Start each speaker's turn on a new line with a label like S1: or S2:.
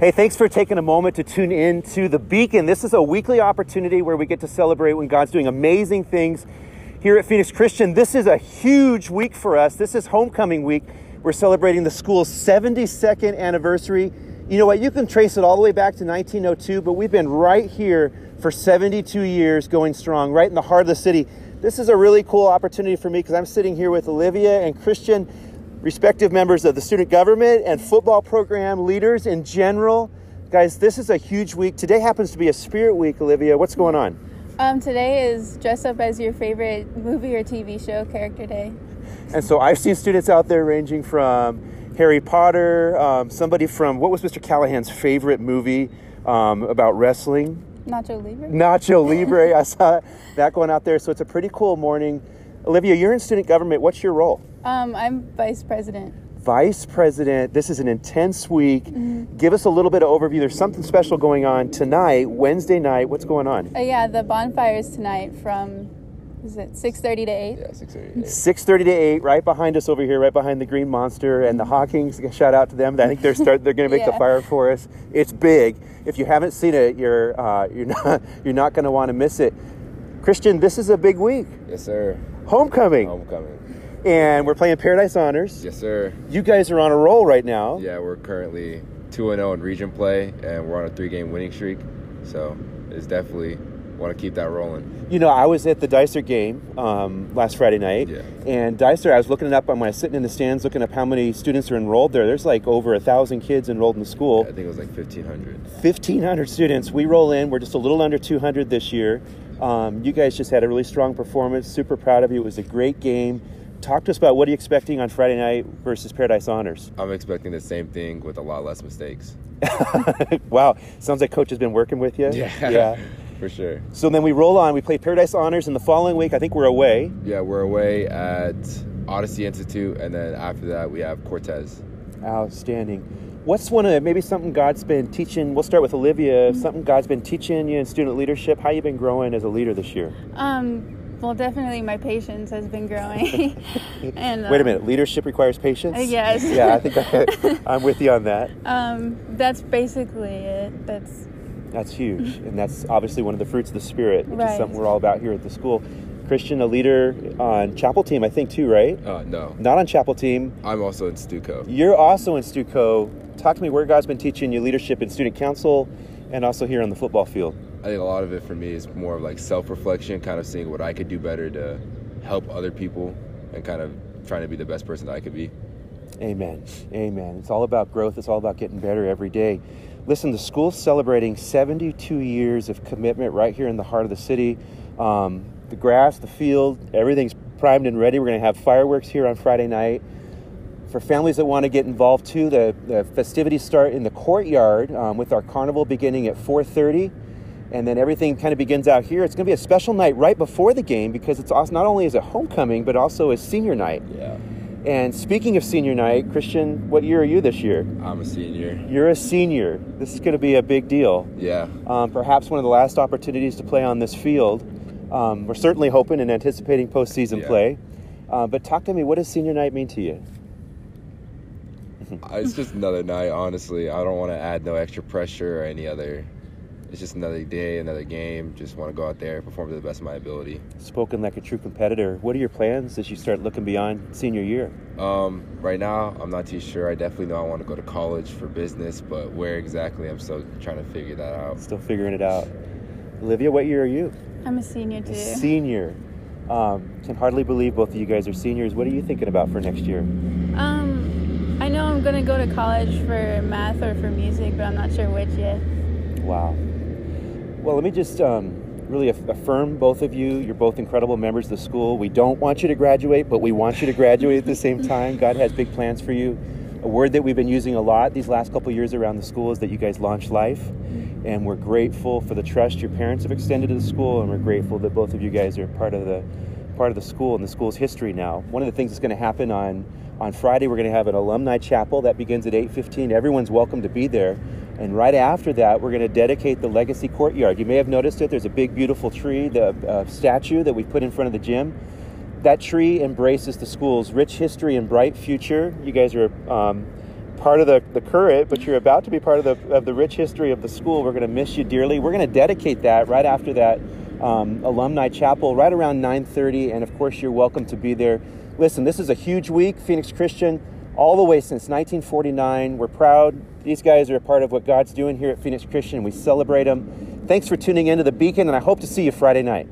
S1: Hey, thanks for taking a moment to tune in to The Beacon. This is a weekly opportunity where we get to celebrate when God's doing amazing things here at Phoenix Christian. This is a huge week for us. This is homecoming week. We're celebrating the school's 72nd anniversary. You know what? You can trace it all the way back to 1902, but we've been right here for 72 years going strong, right in the heart of the city. This is a really cool opportunity for me because I'm sitting here with Olivia and Christian respective members of the student government and football program, leaders in general. Guys, this is a huge week. Today happens to be a spirit week, Olivia. What's going on?
S2: Um, today is dress up as your favorite movie or TV show character day.
S1: And so I've seen students out there ranging from Harry Potter, um, somebody from what was Mr. Callahan's favorite movie um, about wrestling?
S2: Nacho Libre.
S1: Nacho Libre. I saw that going out there. So it's a pretty cool morning. Olivia, you're in student government. What's your role?
S2: Um, I'm vice president.
S1: vice president. This is an intense week. Give us a little bit of overview. There's something special going on tonight, Wednesday night. What's going on?
S2: Uh, yeah, the bonfires tonight from is it 6:30 to 8?
S3: Yeah, six thirty.
S1: 6:30 to 8, right behind us over here, right behind the Green Monster and the Hawkins. Shout out to them. I think they're start. They're going to make the
S2: Yeah.
S1: fire for us. It's big. If you haven't seen it, you're uh, you're not you're not going to want to miss it. Christian, this is a big week.
S3: Yes, sir.
S1: Homecoming,
S3: Oh. Homecoming.
S1: and we're playing Paradise Honors.
S3: Yes, sir.
S1: You guys are on a roll right now.
S3: Yeah, we're currently two and zero in region play, and we're on a three-game winning streak. So it's definitely want to keep that rolling.
S1: You know, I was at the Dicer game um, last Friday night,
S3: Yeah.
S1: and Dicer. I was looking it up when I was sitting in the stands, looking up how many students are enrolled there. There's like over a thousand kids enrolled in the
S3: I
S1: school.
S3: think it was like fifteen hundred.
S1: Fifteen hundred students. We roll in. We're just a little under two hundred this year. Um, you guys just had a really strong performance. Super proud of you. It was a great game. Talk to us about what are you expecting on Friday night versus Paradise Honors.
S3: I'm expecting the same thing with a lot less mistakes.
S1: wow, sounds like coach has been working with you. yeah.
S3: for sure.
S1: So then we roll on. We play Paradise Honors, and the following week I think we're away.
S3: Yeah, we're away at Odyssey Institute, and then after that we have Cortez.
S1: Outstanding. What's one of maybe something God's been teaching? We'll start with Olivia. Something God's been teaching you in student leadership. How you been growing as a leader this year?
S2: Um, well, definitely my patience has been growing. and uh,
S1: Wait a minute. Leadership requires patience.
S2: uh, yes.
S1: yeah, I think I, I'm with you on that.
S2: Um, that's basically it. That's
S1: That's huge, and that's obviously one of the fruits of the spirit, which is
S2: Right.
S1: something we're all about here at the school. Christian, a leader on chapel team, I think too, right?
S3: Uh, no,
S1: Not on chapel team.
S3: I'm also in Stuco.
S1: You're also in Stuco. Talk to me where God's been teaching you leadership in student council, and also here on the football field.
S3: I think a lot of it for me is more of like self-reflection, kind of seeing what I could do better to help other people, and kind of trying to be the best person that I could be.
S1: Amen. Amen. It's all about growth. It's all about getting better every day. Listen, the school's celebrating 72 years of commitment right here in the heart of the city. Um, the grass, the field, everything's primed and ready. We're going to have fireworks here on Friday night. For families that want to get involved too, the, the festivities start in the courtyard um, with our carnival beginning at 4:30, and then everything kind of begins out here. It's going to be a special night right before the game because it's also, not only is it homecoming but also is senior night.
S3: Yeah,
S1: And speaking of senior night, Christian, what year are you this year?
S3: I'm a senior.
S1: You're a senior. This is going to be a big deal.
S3: Yeah,
S1: Um, perhaps one of the last opportunities to play on this field. Um, we're certainly hoping and anticipating postseason
S3: Yeah.
S1: play. Uh, but talk to me, what does senior night mean to you?
S3: it's just another night. Honestly, I don't want to add no extra pressure or any other. It's just another day, another game. Just want to go out there, perform to the best of my ability.
S1: Spoken like a true competitor. What are your plans as you start looking beyond senior year?
S3: Um, right now, I'm not too sure. I definitely know I want to go to college for business, but where exactly, I'm still trying to figure that out.
S1: Still figuring it out. Olivia, what year are you?
S2: I'm a senior too.
S1: Senior. Um, can hardly believe both of you guys are seniors. What are you thinking about for next year?
S2: Um, I know I'm gonna go to college for math or for music, but I'm not sure which yet.
S1: Wow. Well, let me just um, really aff- affirm both of you. You're both incredible members of the school. We don't want you to graduate, but we want you to graduate at the same time. God has big plans for you. A word that we've been using a lot these last couple years around the school is that you guys launch life. And we're grateful for the trust your parents have extended to the school, and we're grateful that both of you guys are part of the part of the school and the school's history now. One of the things that's going to happen on on Friday, we're going to have an alumni chapel that begins at 8:15. Everyone's welcome to be there. And right after that, we're going to dedicate the legacy courtyard. You may have noticed it. There's a big, beautiful tree, the uh, statue that we put in front of the gym. That tree embraces the school's rich history and bright future. You guys are um, part of the, the current, but you're about to be part of the, of the rich history of the school. We're going to miss you dearly. We're going to dedicate that right after that um, alumni chapel, right around 9:30. And of course, you're welcome to be there. Listen, this is a huge week, Phoenix Christian, all the way since 1949. We're proud. These guys are a part of what God's doing here at Phoenix Christian. We celebrate them. Thanks for tuning into the Beacon, and I hope to see you Friday night.